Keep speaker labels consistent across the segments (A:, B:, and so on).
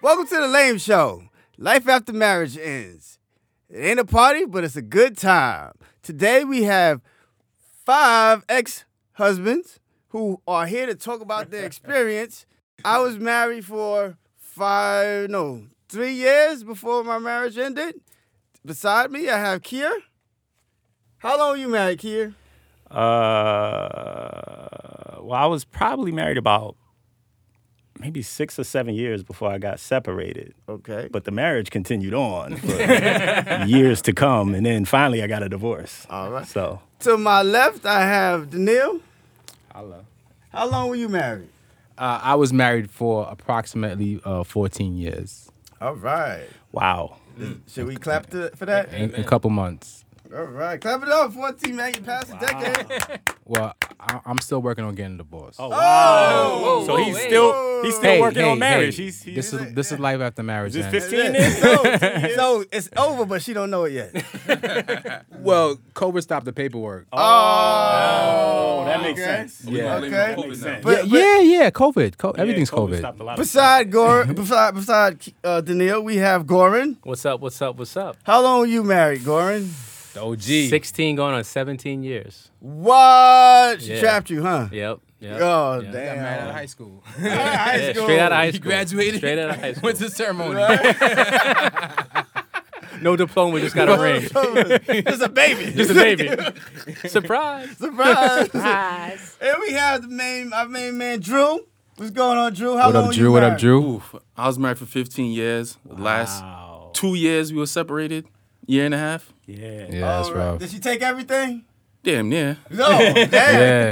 A: Welcome to the Lame Show. Life after marriage ends. It ain't a party, but it's a good time. Today we have five ex husbands who are here to talk about their experience. I was married for five, no, three years before my marriage ended. Beside me, I have Kier. How long were you married, Kier?
B: Uh, well, I was probably married about maybe six or seven years before I got separated,
A: Okay.
B: but the marriage continued on for years to come, and then finally I got a divorce.
A: All right.
B: So
A: To my left, I have Daniil.
C: Hello.
A: How long were you married?
C: Uh, I was married for approximately uh, 14 years,
A: All right.
B: wow,
A: Should we clap to, for that?
C: in a couple months.
A: All right, clap it up, 14, man. You passed the decade.
C: Well, I, I'm still working on getting a divorce. Oh,
B: so he's still he's still working on marriage.
C: Hey,
B: he's, he's
C: this is this is life after marriage.
B: is
C: man.
B: this 15
A: Yeah. So,
B: years?
A: so it's over, but she don't know it yet.
C: well, Cobra stopped the paperwork.
B: Oh, that makes
A: okay.
B: sense.
C: yeah.
A: Okay.
B: That makes sense.
A: But-
C: yeah, yeah, yeah. COVID, Co- everything's
B: Yeah,
C: COVID.
B: stopped a lot of stuff.
A: Beside Gor, beside beside uh, Daniil, we have Goran.
D: What's up? What's up? What's up?
A: How long were you married, Goran?
C: The OG.
D: 16 going on 17 years.
A: What? She
D: Yeah.
A: trapped you, huh?
D: Yep. yep
A: Oh
D: yep.
A: damn!
C: Got married out of high school.
A: High
D: Yeah,
A: school.
D: straight out of high
C: He
D: school.
C: graduated.
D: Straight out of high school.
C: Went to ceremony.
D: No diploma, just got a ring.
A: Just a baby.
D: Just a baby. Surprise.
A: Surprise. and we have the main, our main man, Drew. What's going on, Drew? How
C: What
A: long
C: up,
A: were
C: Drew?
A: You
C: What up,
A: married?
C: Drew?
E: I was married for 15 years. The last two years we were separated, year and a half.
B: Yeah.
C: Yeah, that's
A: All right.
C: rough.
A: Did she take everything?
E: Damn near.
A: No. Damn.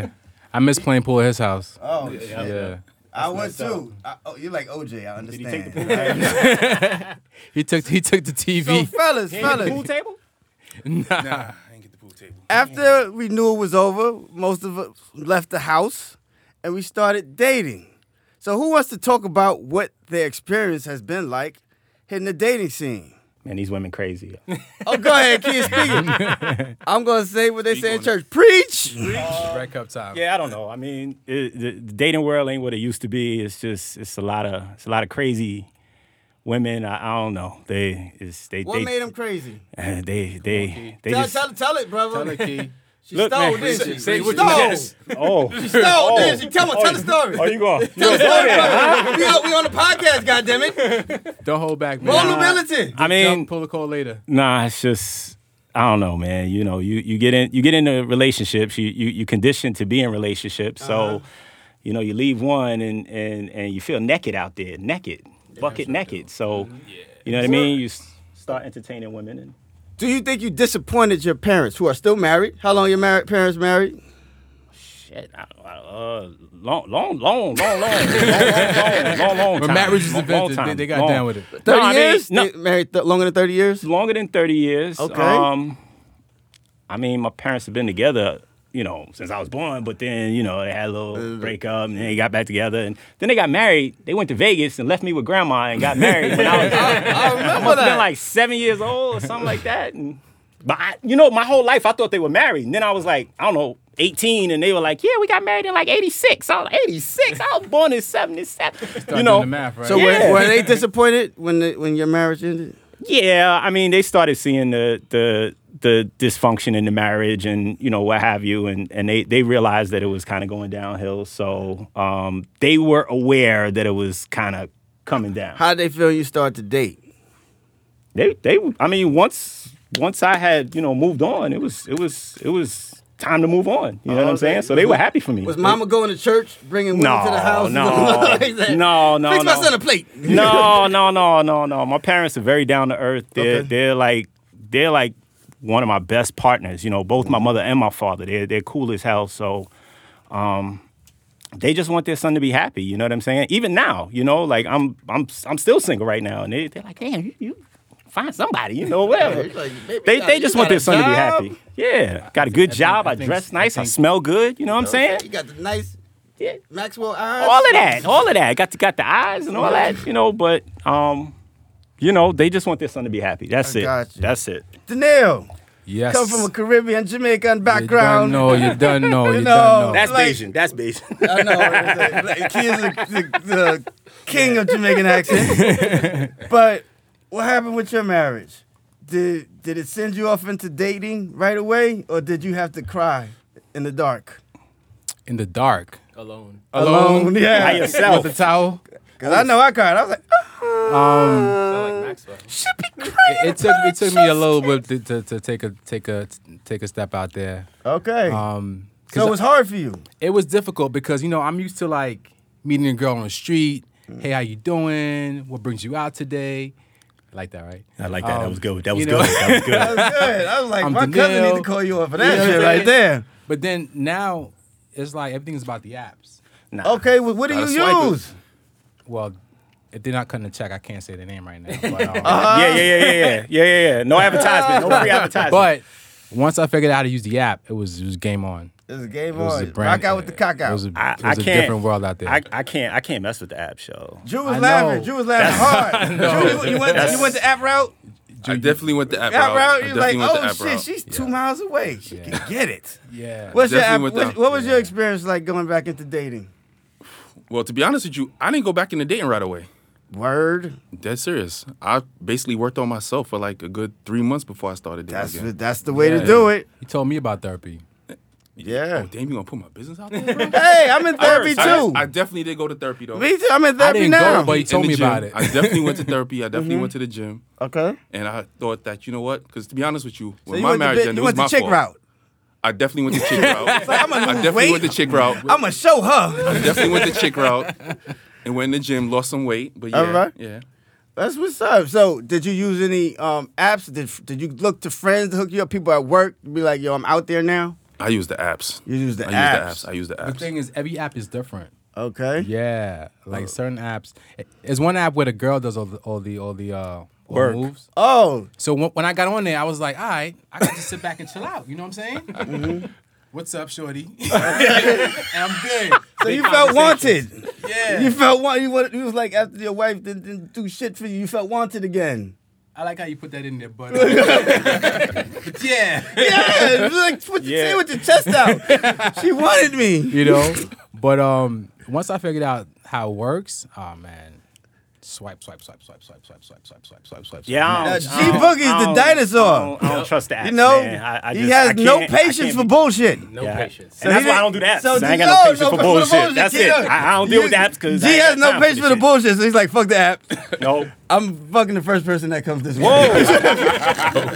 C: Yeah, I miss playing pool at his house.
A: Oh,
C: Yeah,
A: I went too. I, oh, you're like OJ. I
B: Did he take the
A: understand.
B: pool
C: he took he took the
A: So
C: TV.
A: fellas,
B: pool
A: fellas,
B: table?
E: Nah, I didn't get the pool table.
A: after we knew it was over, most of us left the house and we started dating. So who wants to talk about what their experience has been like hitting the dating scene?
B: Man, these women crazy.
A: Oh, go ahead, kid, speaking. I'm gonna say what they say in church. Preach!
C: Red cup time.
B: Yeah, I don't know. I mean, it, the, the dating world ain't what it used to be. It's just it's a lot of it's a lot of crazy women. I, I don't know. They it's they
A: What
B: they,
A: made them crazy?
B: uh, they they they
A: Tell,
B: just
A: tell, tell it, brother. She
B: Look,
A: stole,
B: man.
A: didn't she?
C: Say
A: she
C: what you
A: stole.
C: did.
B: oh
A: Stole, didn't she? Tell, tell the story.
C: Oh.
B: are you going?
A: Tell the story, brother. We on- We on the podcast, goddammit.
C: Don't hold back, man.
A: Vulnerability.
B: I mean,
C: pull the call later.
B: Nah, it's just I don't know, man. You know, you, you get in you get into relationships, you you you conditioned to be in relationships.
A: Uh-huh.
B: So, you know, you leave one and and and you feel naked out there, naked, bucket naked. So,
A: Mm-hmm.
B: you know what I mean? You s- start entertaining women and
A: Do you think you disappointed your parents who are still married? How long your married parents married?
B: shit. I, I, uh, long, long, long, long, long, long, long, long, long
C: When
B: time.
C: marriage is
B: Long- long
C: invented, they,
B: time.
C: they got
B: Long.
C: down with it.
A: 30
B: No, I mean,
A: years?
B: no.
A: They married th- longer than 30 years?
B: longer than 30 years.
A: Okay.
B: Um, I mean, my parents have been together, you know, since I was born, but then, you know, they had a little breakup and then they got back together. And then they got married. They went to Vegas and left me with grandma and got married when I was
A: I remember
B: must have
A: that.
B: been like seven years old or something like that. And, but I, you know, my whole life I thought they were married. And then I was like, I don't know, 18, and they were like, yeah, we got married in like 86. I was like, 86? I was born in 77. You
C: doing
B: know,
C: the math, right?
A: so
B: Yeah.
A: were, were they disappointed when the, when your marriage ended?
B: Yeah, I mean, they started seeing the the the dysfunction in the marriage and you know what have you, and and they they realized that it was kind of going downhill. So um, they were aware that it was kind of coming down.
A: How did they feel you start to date?
B: They they, I mean, once once I had you know moved on, it was it was it was time to move on. You know what I'm saying? So they were happy for me.
A: Oh, Was mama going to church, bringing women
B: no,
A: to the house?
B: no,
A: like that?
B: no, no,
A: Fix
B: no.
A: my son a plate.
B: no, no, no, no, no. My parents are very down to earth. They're
A: Okay.
B: they're like they're like one of my best partners. You know, both my mother and my father. They're they're cool as hell. So, um, they just want their son to be happy. You know what I'm saying? Even now, you know, like I'm I'm I'm still single right now, and they they're like, damn, you. you Find somebody, you know, whatever.
A: Like, baby,
B: they
A: you
B: they
A: got-
B: just
A: you got
B: want
A: a
B: their son to be
A: job.
B: happy. Yeah, got a good job. I,
C: I think-
B: dress
C: I
B: nice. I
C: think-
B: smell good. You know what I'm saying?
A: You got the nice
B: Yeah
A: Maxwell eyes.
B: all of that, all of that. Got the, got the eyes and all that, you know. But um, you know, they just want their son to be happy. That's
A: I
B: it.
A: got you.
B: That's it.
A: Danielle,
C: Yes.
A: Come from a Caribbean, Jamaican background.
C: No, you done know. You
A: No.
C: done know.
B: That's
A: Like-
B: Bayesian. That's Bayesian.
A: I know. it's Like, like, he is the, the, the king of Jamaican accent. but what happened with your marriage? Did did it send you off into dating right away, or did you have to cry in the dark
C: In the dark.
D: Alone.
A: alone?
B: By
A: Yeah,
B: yourself.
C: With the towel. Um,
A: because I know I cried. I was like, "Ah."
D: Sound like Maxwell.
C: It, it took it took me a little bit to, to, to take a take a take a step out there.
A: "Oh, okay.
C: Um, 'cause
A: so it was hard for you.
C: it was difficult because you know I'm used to like meeting a girl on the street. Hey, how you doing? What brings you out today? Like that, right?
B: I like that. that was good. That was
C: you know-
B: good. That was good.
A: That was good. I was like,
C: I'm
A: my cousin
C: Danil.
A: need to call you up for that
C: Yeah.
A: shit right there.
C: But then now it's like everything's about the apps.
B: Nah.
A: Okay, well, what do you
E: Gotta swipe it.
A: use?
C: Well, if they're not cutting the check, I can't say the name right now. But, um,
B: yeah, yeah, yeah, yeah, yeah, yeah, yeah, yeah. No advertisement. No free advertisement.
C: but once I figured out how to use the app, it was it was game on.
A: It was a game
C: It was
A: on. Rock out with the cock
C: It
A: out.
C: was a, it
B: I,
C: was
B: I
C: a
B: can't.
C: different world out there.
B: I, I can't. I can't mess with the app show.
A: Jew was
C: I
A: laughing.
C: know.
A: Jew was laughing hard. Jew, you, you, went, you went the app route?
E: I definitely went the app
A: App
E: route.
A: route?
E: I
A: You're like,
E: definitely went the
A: oh
E: app
A: shit,
E: route.
A: she's two miles away. She can get it.
C: yeah.
A: What's your app,
E: Definitely went
A: what,
E: down.
A: what was your experience like going back into dating?
E: Well, to be honest with you, I didn't go back into dating right away.
A: Word.
E: Dead serious. I basically worked on myself for like a good three months before I started dating.
A: That's
E: again.
A: that's the way
C: Yeah.
A: to do it.
C: He told me about therapy.
A: Yeah.
E: Oh, damn, you gonna put my business out there? bro?
A: Hey, I'm in therapy
E: I-
A: too.
E: I, definitely did go to therapy though.
A: Me too. I'm in
C: I
A: therapy
C: didn't
A: now.
C: go, but he told
E: In
C: me
E: the gym.
C: about it.
E: I definitely went to therapy. I definitely
A: Mm-hmm.
E: went to the gym,
A: okay.
E: and I thought that you know what? Because to be honest with you,
A: So
E: when
A: you
E: my
A: went,
E: marriage
A: the, bit-
E: ended,
A: you
E: it was
A: went the chick
E: my fault.
A: route.
E: I definitely went the chick route.
A: I'ma
E: I
A: lose
E: definitely
A: weight.
E: went the chick route.
A: I'm gonna show her.
E: definitely went the chick route, and went in the gym, lost some weight. But yeah,
A: Alright.
E: yeah.
A: That's what's up. So, did you use any um, apps? Did Did you look to friends to hook you up? People at work be like, "Yo, I'm out there now."
E: I use the apps.
A: You use the
E: I
A: apps.
E: Use the apps. I use the
C: The
E: apps.
C: thing is, every app is different. Uh,
A: Okay.
C: Yeah, like certain apps. eh, There's one app where the girl does all the all the all the uh, all the
B: Work.
C: moves.
A: Oh,
C: So when, when I got on there, I was like, all right, I got to sit back and chill out. You know what I'm saying?
B: Mm-hmm.
C: What's up, shorty? and I'm good.
A: so you felt wanted.
C: Yeah.
A: You felt wanted. You, wa- you was like after your wife didn't, didn't do shit for you. You felt wanted again.
C: I like how you put that in there, but, uh, but yeah,
A: Yeah, it was like put your,
B: Yeah.
A: say with your chest out. she wanted me.
C: you know. But um, once I figured out how it works, oh man, swipe, swipe, swipe, swipe, swipe, swipe, swipe, swipe, swipe, swipe, swipe.
B: Yeah, I
A: Uh,
B: don't-
A: G
B: I don't-
A: Boogie's
B: I
A: the
B: don't-
A: dinosaur.
B: I don't, I don't trust the apps.
A: You know,
B: man. I, I
A: he
B: just- I
A: has no
B: can't- I
A: patience
B: can't
A: for
B: be-
A: bullshit.
D: No
B: Yeah.
D: patience.
B: And that's
A: he
B: why
A: didn't-
B: I don't do the apps.
A: so
B: I ain't
A: he-
B: got no
A: no,
B: patience
A: no
B: for
A: patience for
B: bullshit.
A: bullshit,
B: That's
A: he
B: it.
A: don't.
B: I, I don't deal with the apps because
A: G has no patience for the bullshit, so he's like, "Fuck the app."
B: No.
A: I'm fucking the first person that comes this way.
B: Whoa.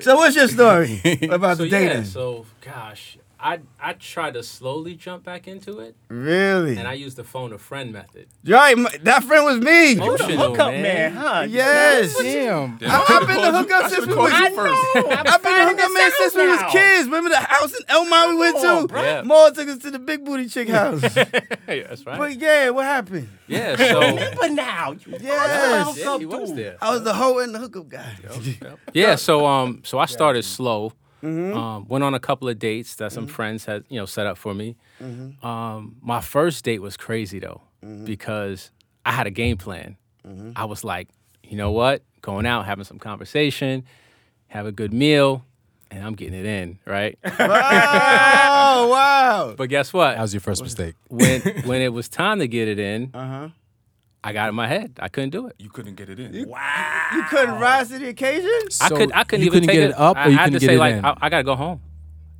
A: So, what's your story about
D: So
A: the
D: yeah,
A: dating?
D: so gosh, I I tried to slowly jump back into it,
A: really?
D: and I used the phone a friend method.
A: right, my- that friend was me.
D: Emotional,
B: Hookup
D: man.
B: man, huh?
A: Yes.
C: Damn.
A: I, I've been the hookup since we was.
E: I
A: I've been the hookup man since we was kids. Remember the house in Elmont we went
B: Come on,
A: to?
B: bro.
D: Yeah.
A: Maul took us to the big booty chick house.
D: Hey, that's right.
A: but yeah, what happened?
D: Yeah, so
B: But now, you
A: Yes.
D: yeah, he was there.
A: I was the hoe and the hookup guy.
D: Yeah, so um, so I started slow.
C: Mm-hmm.
D: Um, went on a couple of dates that some friends had you know set up for me.
C: Mm-hmm.
D: Um, my first date was crazy though because I had a game plan.
C: Mm-hmm.
D: I was like, you know what, going out, having some conversation, have a good meal, and I'm getting it in right.
A: oh, wow.
D: but guess what?
C: That was your first mistake.
D: when when it was time to get it in,
C: Uh-huh.
D: I got in my head. I couldn't do it.
E: You couldn't get it in.
A: You couldn't rise to the occasion?
D: I
C: So
D: could. I couldn't
C: you
D: even
C: couldn't
D: take
C: get it up,
D: I,
C: or you
D: I had
C: couldn't get
D: to say
C: it
D: like,
C: in?
D: I, I gotta go home.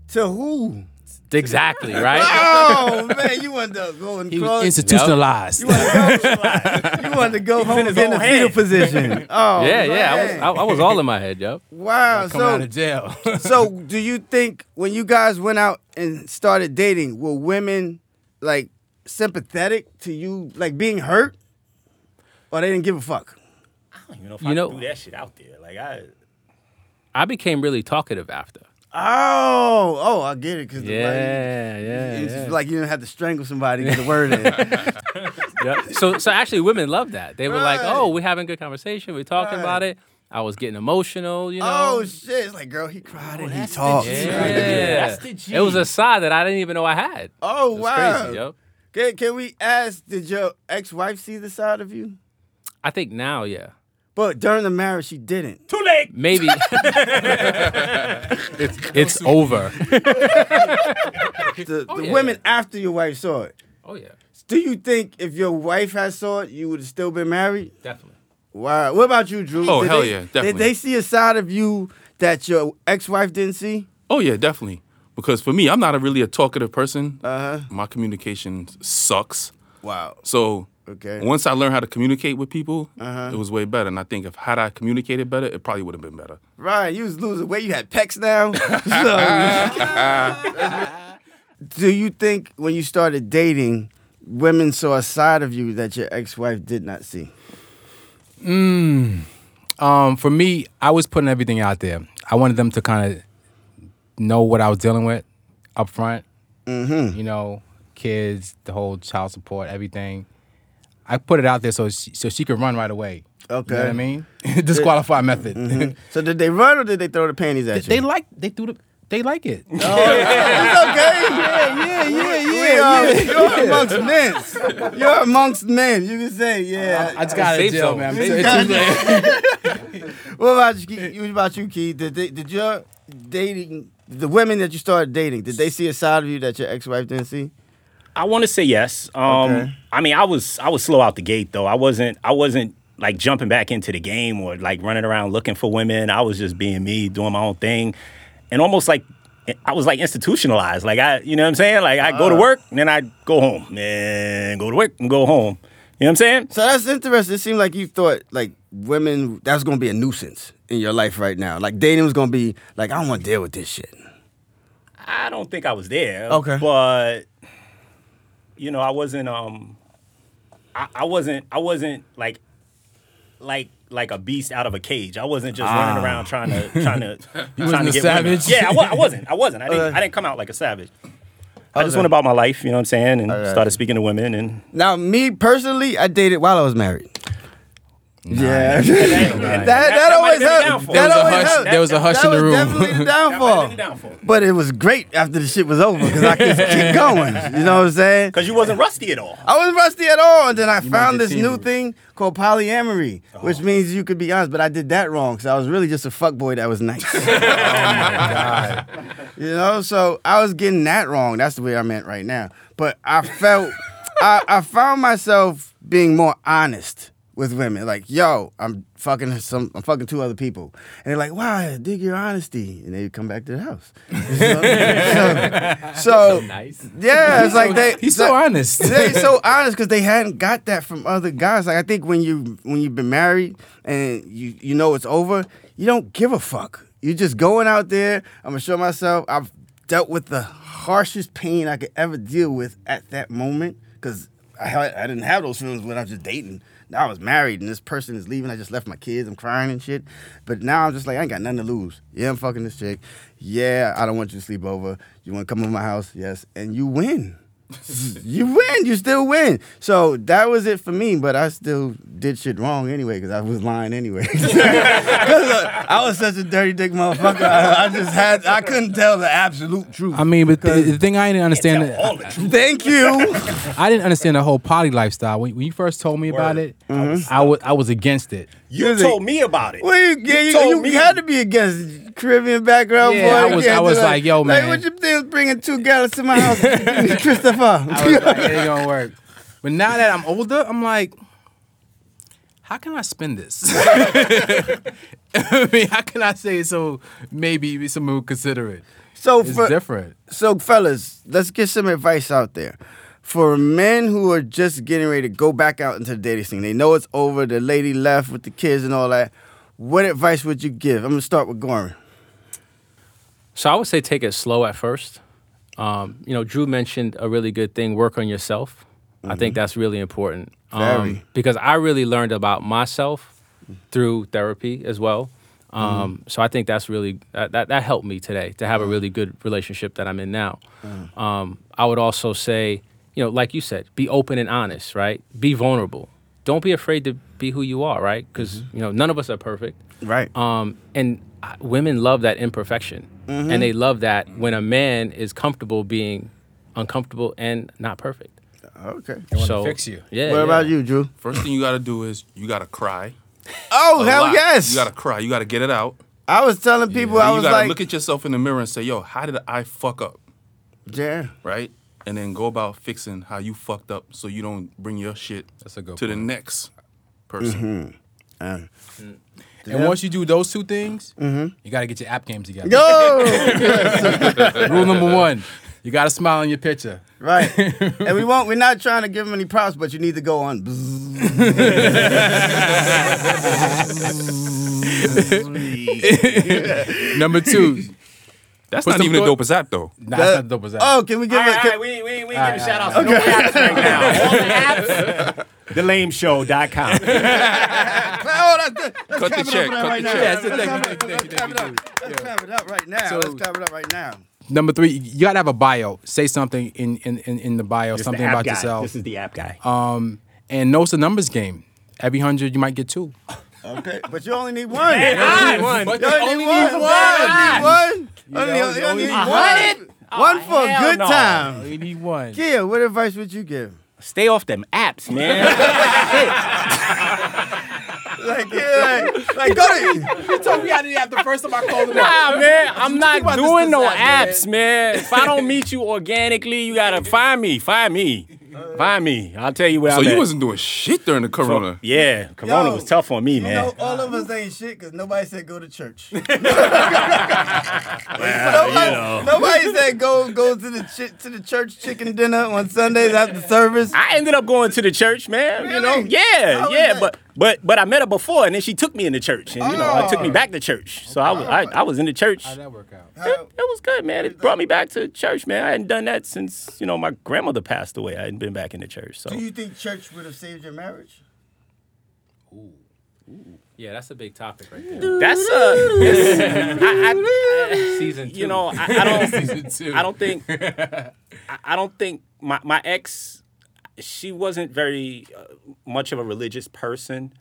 A: To who?
D: Exactly. Right.
A: Oh, man, you wanted to go and
C: He
A: crawl-
C: was institutionalized.
A: You wanted to go, you wanted to go home and
B: his
A: get in the
B: own
A: fetal
B: head.
A: position. Oh,
D: yeah. Yeah. I was.
A: man.
D: I, I was all in my head, yo.
A: wow.
C: Coming out
A: So,
C: of jail.
A: so do you think when you guys went out and started dating, were women like sympathetic to you, like being hurt, or they didn't give a fuck?
B: I don't even know if
D: You
B: I
D: know-
B: do that shit out there. Like I,
D: I became really talkative after.
A: Oh, oh, I get it. Cause the lighting-
D: Yeah, yeah.
A: it's
D: yeah.
A: like you didn't have to strangle somebody to get the word in.
D: Yep. So, so actually, women love that. They were like,
A: Right.
D: "Oh, we're having good conversation. We're talking
A: Right.
D: about it." I was getting emotional, you know.
A: oh shit! It's like, girl, he cried and he talked.
D: yeah.
B: That's the G.
D: It was a side that I didn't even know I had.
A: Oh
D: It was
A: wow!
D: crazy, yo.
A: Can, can we ask, did your ex wife see the side of you?
D: I think now, yeah.
A: But during the marriage, she didn't.
D: Oh,
B: Too late.
D: Maybe it's over.
A: The, the
D: yeah.
A: women after your wife saw it.
D: Oh yeah,
A: Do you think if your wife had saw it, you would have still been married?
D: definitely.
A: Wow. What about you, Drew?
E: Oh, hell
A: they,
E: yeah,
A: Did
E: definitely.
A: they see a side of you that your ex-wife didn't see?
E: Oh yeah, definitely. Because for me, I'm not a really a talkative person.
A: Uh-huh.
E: My communication sucks.
A: Wow.
E: So
A: Okay. Uh-huh.
E: once I learned how to communicate with people, it was way better. And I think if had I communicated better, it probably would have been better.
A: Ryan, you was losing weight. You had pecs now. So- Do you think when you started dating, women saw a side of you that your ex-wife did not see?
C: Um, for me, I was putting everything out there. I wanted them to kind of know what I was dealing with up front. Mm-hmm. You know, kids, the whole child support, everything. I put it out there so she, so she could run right away. You know
A: Okay. Mm-hmm.
C: what I mean? Disqualify method.
A: So did they run or did they throw the panties at you?
C: they like they do the they like it.
A: It's okay. Yeah, yeah, yeah, yeah. You're amongst men. You're amongst men. You can say, yeah.
C: I just got out of
D: Safe
C: jail,
D: zone.
C: man.
D: Safe
C: It's-
A: zone.
C: it's-
A: What about you? Keith? What about you, Keith? Did they, did your dating the women that you started dating? Did they see a side of you that your ex-wife didn't see?
B: I want to say yes. Um,
A: Okay.
B: I mean, I was I was slow out the gate though. I wasn't I wasn't like jumping back into the game or like running around looking for women. I was just being me, doing my own thing, and almost like I was like institutionalized. Like I, you know what I'm saying? Like I go to work and then I go home and go to work and go home. You know what I'm saying?
A: So that's interesting. It seemed like you thought like women that was gonna be a nuisance in your life right now. Like dating was gonna be like I don't want to deal with this shit.
B: I don't think I was there.
A: Okay.
B: But you know, I wasn't um I, I wasn't I wasn't like like like a beast out of a cage. I wasn't just running around trying to trying to trying to
C: wasn't
B: get
C: a
B: women.
C: savage?
B: Yeah, I, wa- I wasn't. I wasn't. I didn't
A: Okay.
B: I didn't come out like a savage. I just
A: Okay.
B: went about my life, you know what I'm saying, and
A: got
B: started speaking to women and
A: Now me personally, I dated while I was married. Yeah, that, that,
B: might have
A: always
B: been the
A: helped.
B: downfall.
A: That
B: There was
A: always helped.
B: a
C: hush- there was a
A: That-
C: hush
A: that
C: in the
A: was
C: room.
A: Definitely the
B: that might have
A: downfall.
B: been the downfall.
A: But it was great after the shit was over because I could keep going. You know what I'm saying?
B: Cause you wasn't rusty at all.
A: I wasn't rusty at all, and then I found
C: made
A: this
C: it
A: new
C: seem-
A: thing called polyamory,
C: Oh.
A: which means you could be honest. But I did that wrong, so I was really just a fuck boy that was nice.
C: Oh
A: You know, so I was getting that wrong. That's the way I meant right now. But I felt, I, I found myself being more honest with women. Like, yo, I'm fucking some, I'm fucking two other people, and they're like, wow, I dig your honesty, and they come back to the house. So, so-
D: Nice.
A: yeah, it's like they.
C: He's so honest.
A: They're so honest because they hadn't got that from other guys. Like I think when you when you've been married and you you know it's over, you don't give a fuck. You're just going out there. I'm gonna show myself. I've dealt with the harshest pain I could ever deal with at that moment because I had, I didn't have those feelings when I was just dating. Now I was married and this person is leaving. I just left my kids. I'm crying and shit. But now I'm just like I ain't got nothing to lose. Yeah, I'm fucking this chick. Yeah, I don't want you to sleep over. You want to come over my house? Yes, and you win you win. You still win. So that was it for me. But I still did shit wrong anyway because I was lying anyway. 'Cause, uh, I was such a dirty dick motherfucker. I, I just had. I couldn't tell the absolute truth.
C: I mean, but the, the thing I didn't understand,
B: Tell all the truth.
A: Thank you.
C: I didn't understand the whole potty lifestyle. When, when you first told me about
B: Word.
C: it, I was I was against it.
B: You told me about it.
A: Well, you, yeah, you,
B: told
A: you
B: me.
A: had to be against Caribbean background.
C: Yeah,
A: boy.
C: I was-
A: You can't
C: I was
A: do that.
C: like, yo, man.
A: Like, what you think bringing two gallons to my house, Christopher?
C: I was like, it ain't gonna work. But now that I'm older, I'm like, how can I spend this? I mean, how can I say it so maybe someone would consider it?
A: so
C: It's
A: for,
C: different.
A: So, fellas, let's get some advice out there. For men who are just getting ready to go back out into the dating scene, they know it's over, the lady left with the kids and all that. What advice would you give? I'm gonna start with Gorman.
D: So I would say take it slow at first. Um, you know, Drew mentioned a really good thing: work on yourself. I think that's really important Um,
A: Very.
D: because I really learned about myself through therapy as well. Um, So I think that's really that, that that helped me today to have a really good relationship that I'm in now. Um, I would also say, you know, like you said, be open and honest, right? Be vulnerable. Don't be afraid to be who you are, right? Because you know, none of us are perfect.
A: Right.
D: Um, and uh, women love that imperfection,
A: Mm-hmm.
D: and they love that when a man is comfortable being uncomfortable and not perfect.
A: okay.
C: wanna
D: so
C: fix you.
D: Yeah.
A: what
D: yeah.
A: about you, Drew?
E: First thing you gotta do is you gotta cry.
A: Oh,
E: a
A: hell
E: lot.
A: yes.
E: You gotta cry. You gotta get it out.
A: I was telling people, I
E: you
A: was
E: gotta
A: like,
E: look at yourself in the mirror and say, "Yo, how did I fuck up?"
A: yeah.
E: Right, and then go about fixing how you fucked up, so you don't bring your shit
C: That's a good
E: to the next person.
A: Mm-hmm. uh,
C: And once you do those two things, you got to get your app game together.
A: Mm-hmm. Go!
C: Rule number one: you got to smile in your picture.
A: right. And we won't, we're not trying to give them any props, but you need to go on.
C: Number two.
E: That's
C: Put
E: not
C: some
E: even the
C: thought-
E: dopest app though.
C: Nah, that's not dope as that.
A: Oh, can we give
B: All
A: it?
B: right, all
A: can-
B: right, we, we, we give a shout out to no apps right now. All the apps, thelameshow.com.
A: Oh, that's good. Let's
E: Cut the
A: clap it up
E: check,
A: for that
E: cut
A: right
E: the
A: now.
E: check. Yes,
A: Let's
C: thank you,
A: clap it up.
C: thank you,
A: Let's clap it
C: thank you,
A: up. Let's clap it up right now.
C: So-
A: Let's clap it up right now.
C: Number three, you got to have a bio. Say something in in, in, in the bio,
B: It's the
C: something
B: app
C: about
B: guy.
C: yourself.
B: This is the app guy.
C: um, and know it's a numbers game. Every hundred, you might get two.
A: Okay, but you only need one.
B: Ah, one.
A: You only need one. You only need one. Only-
C: know,
A: you
C: you
A: only
C: only
A: need
C: need
A: one. Oh, One for a
B: hell
A: good
B: no.
A: time.
C: We need one.
A: Yeah, what advice would you give?
B: Stay off them apps, man.
A: Like, yeah, like, like go to.
C: You told me I didn't have the first time I called it
B: nah, man. I'm
C: about
B: not
C: this
B: doing no
C: design,
B: apps, man. If I don't meet you organically, you gotta find me. Find me. Find me. I'll tell you where
E: So
B: I'm
E: you
B: at.
E: wasn't doing shit during the corona.
B: yeah, Corona
A: Yo,
B: was tough on me,
A: You
B: man.
A: know, all of us ain't shit because nobody said go to church.
B: Well, Uh, you
A: nobody,
B: know.
A: nobody said go go to the chi- to the church chicken dinner on Sundays after service.
B: I ended up going to the church, man. You know,
A: Really?
B: yeah,
A: How was
B: yeah.
A: that?
B: But but but I met her before, and then she took me in the church, and you know, I took me back to church. So I was I, I was in the church.
C: How'd
B: It,
C: that work out?
B: it was good, man. It brought me back to church, man. I hadn't done that since you know my grandmother passed away. I hadn't been back in the church. So
A: Do you think church would have saved your marriage?
D: Yeah, that's a big topic right there.
B: that's a it's- I- I-
D: Season two.
B: you know I, I
C: two.
B: don't I don't think I, I don't think my my ex she wasn't very uh, much of a religious person.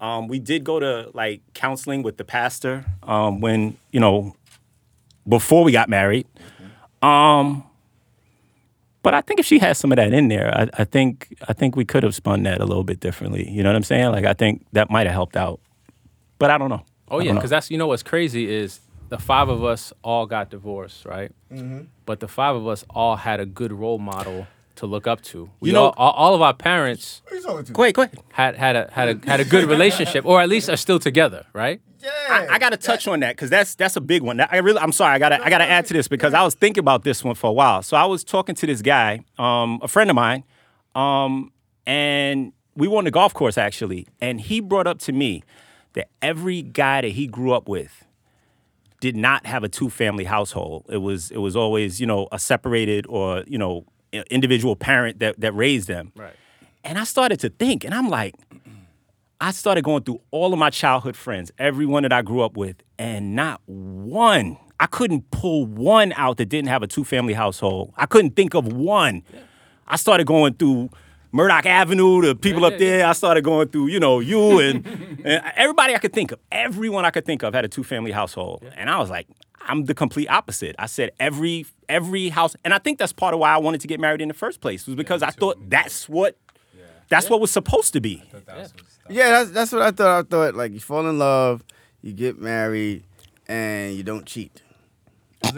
B: Um, we did go to like counseling with the pastor um, when you know before we got married. Um, but I think if she had some of that in there, I, I think I think we could have spun that a little bit differently. You know what I'm saying? Like I think that might have helped out, but I don't know.
D: Oh yeah, because that's you know what's crazy is the five of us all got divorced, right?
A: Mm-hmm.
D: But the five of us all had a good role model to look up to. We
B: You know-
D: all, all, all of our parents
A: What you talking to?
B: Go ahead, go ahead.
D: had had a had a had a good relationship, or at least are still together, right?
A: Yeah.
B: I, I got to touch on that because that's that's a big one. I really, I'm sorry, I got to I got to add to this because I was thinking about this one for a while. So I was talking to this guy, um, a friend of mine, um, and we were on the golf course actually, and he brought up to me that every guy that he grew up with did not have a two family household. It was it was always you know a separated or you know i- individual parent that that raised them.
D: Right.
B: And I started to think, and I'm like, I started going through all of my childhood friends, everyone that I grew up with, and not one. I couldn't pull one out that didn't have a two family household. I couldn't think of one. I started going through Murdoch Avenue, the people up there. I started going through, you know, you and, and everybody I could think of. Everyone I could think of had a two family household. And I was like, I'm the complete opposite. I said every every house, and I think that's part of why I wanted to get married in the first place was because I thought that's what that's what was supposed to be.
A: Yeah, that's that's what I thought. I thought like you fall in love, you get married, and you don't cheat.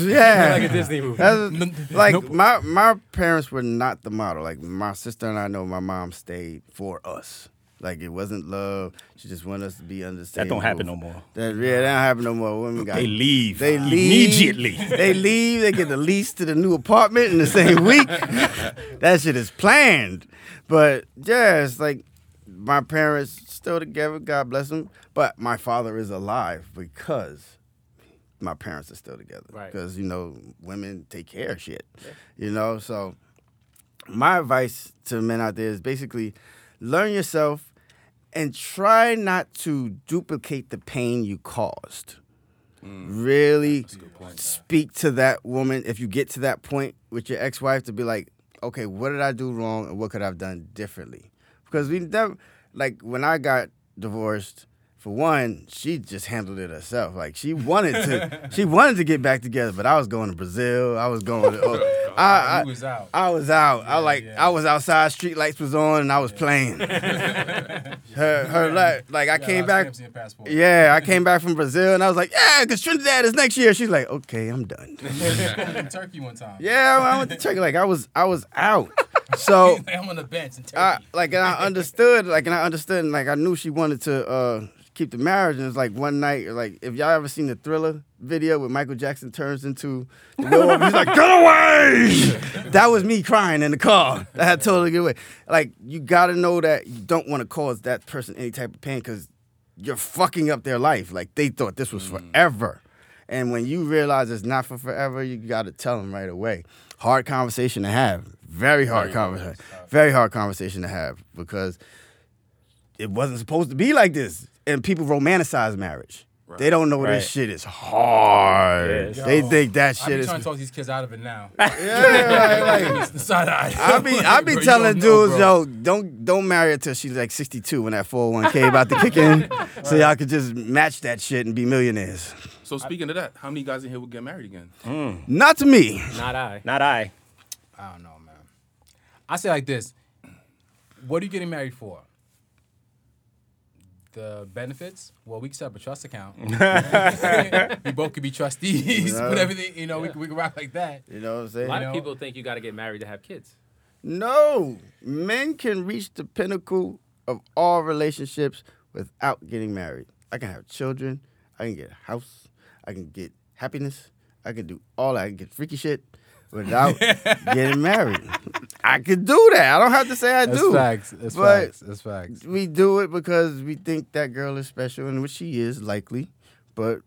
A: Yeah, like a Disney movie. like my my parents were not the model. Like my sister and I know my mom stayed for us. Like it wasn't love. She just wanted us to be under. the same
B: don't happen
A: roof.
B: no more.
A: That yeah, that don't happen no more. Women got
B: They leave.
A: They leave
B: Immediately.
A: They leave. They get the lease to the new apartment in the same week. that shit is planned. But yeah, it's like my parents still together. God bless them. But my father is alive because my parents are still together.
D: Right.
A: Because you know women take care of shit. You know so. My advice to men out there is basically learn yourself and try not to duplicate the pain you caused really speak to that woman if you get to that point with your ex-wife to be like okay what did i do wrong and what could i've done differently because we never like when i got divorced for one she just handled it herself like she wanted to she wanted to get back together but i was going to brazil i was going to I, I,
C: was out.
A: I was out. I like I was outside. Street lights was on, and I was playing. her her like, like I came back. Yeah, I came back from Brazil, and I was like, yeah, cause Trinidad is next year. She's like, okay, I'm done.
C: Turkey one time.
A: yeah, I went to Turkey. Like I was I was out. So
C: I'm on the bench in Turkey.
A: Oh. I like and I understood, like and I understood, and like I knew she wanted to uh keep the marriage. And it's like one night, like if y'all ever seen the Thriller video where Michael Jackson turns into the werewolf, he's like, "Get away!" that was me crying in the car. I had totally get away. Like you gotta know that you don't want to cause that person any type of pain because you're fucking up their life. Like they thought this was
C: Mm.
A: forever. And when you realize it's not for forever, you got to tell them right away. Hard conversation to have. Very hard conversation. Very hard conversation to have because it wasn't supposed to be like this. And people romanticize marriage. They don't know
B: Right.
A: this shit is hard.
B: Yes.
A: They think that
C: I
A: shit
C: be
A: is.
C: trying to talk these kids out of it now.
A: Yeah, like, like,
C: It's the side eye.
A: I be I be
C: Bro, you
A: telling
C: don't know,
A: dudes,
C: bro.
A: yo, don't don't marry her till she's like 62 when that 401k about to kick in, so y'all could just match that shit and be millionaires.
E: So speaking of that, how many guys in here would get married again?
A: Hmm? Not to me.
D: Not I.
B: Not I.
C: I don't know, man. I say like this: What are you getting married for? The benefits? Well, we can set up a trust account. we both could be trustees.
A: Yeah.
C: Put everything, you know, we could we could rock like that.
A: You know what I'm
D: A
A: saying?
D: lot
C: know-
D: of people think you got to get married to have kids.
A: No, men can reach the pinnacle of all relationships without getting married. I can have children. I can get a house. I can get happiness. I can do all that. I can get freaky shit without getting married. I can do that. I don't have to say I do.
C: That's
A: But- facts.
C: That's facts.
A: We do it because we think that girl is special, and which she is likely, but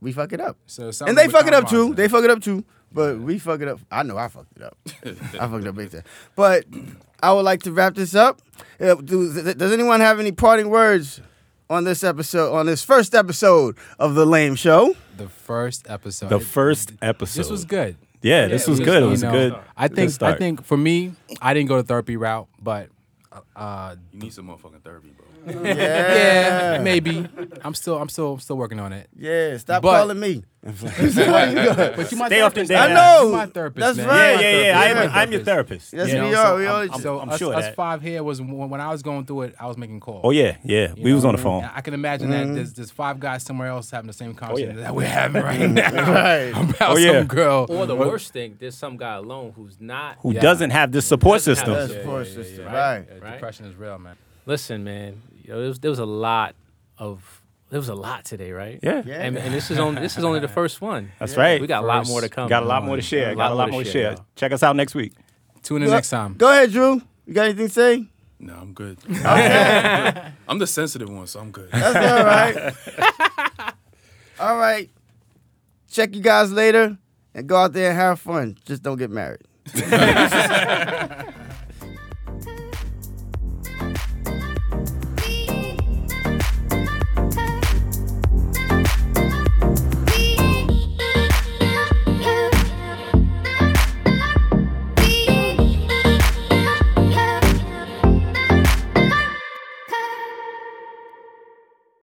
A: we fuck it up.
C: So
A: and they fuck it up too. They fuck it up too. But we fuck it up. I know I fucked it up. I fucked up big time. But I would like to wrap this up. Uh, do- th- Does anyone have any parting words on this episode, on this first episode of The Lame Show?
C: the first episode.
B: The first episode.
C: This was good.
B: Yeah, this was
D: it was
B: good. It
D: good.
B: was
C: You
B: a
C: know,
B: good.
C: I
B: good
C: think. I
B: start.
C: think for me, I didn't go the therapy route, but uh,
E: You need some motherfucking therapy, bro.
C: yeah, maybe I'm still. I'm still. I'm still working on it.
A: Yeah, stop
C: But-
A: calling me.
C: But you my
B: They often did
C: therapist. man.
B: that.
A: I know.
C: You my therapist.
A: That's
C: man.
A: right.
B: Yeah, yeah, yeah.
A: Yeah.
B: I am, I'm your therapist.
A: Yes,
B: Yeah.
A: we
C: You know,
A: are.
C: so
A: we
C: I'm-
A: always
B: I'm-
C: So
B: I'm
C: us,
B: sure
C: us
B: that-
C: five here was when when I was going through it, I was making calls.
B: Oh yeah, yeah.
C: You
B: we was
C: know?
B: on the phone.
C: And I can imagine
A: Mm-hmm.
C: that there's, there's five guys somewhere else having the same conversation that we're having right now
A: Right.
C: about
B: Oh, yeah.
C: some girl.
D: Or the worst thing, there's some guy alone who's not.
B: Who
C: Yeah.
B: doesn't have this support
D: Doesn't have
B: system?
D: this.
A: That's
D: Yeah,
A: poor
C: yeah, yeah,
A: sister.
C: yeah.
A: Right.
C: Uh,
D: Right?
C: Depression is real, man.
D: Listen, man, you know, there, was, there was a lot of there was a lot today, right?
B: Yeah.
A: Yeah.
D: And, and this is only this is only the first one.
B: That's right.
D: We got a lot
C: First.
D: more to come.
B: Got a lot more to share. Got a lot more to share.
D: y'all.
B: Check us out next week.
C: Tune in
A: Go-
C: next time.
A: Go ahead, Drew. You got anything to say?
E: No, I'm good. I'm the sensitive one, so I'm good.
A: All right. All right. Check you guys later and go out there and have fun. Just don't get married.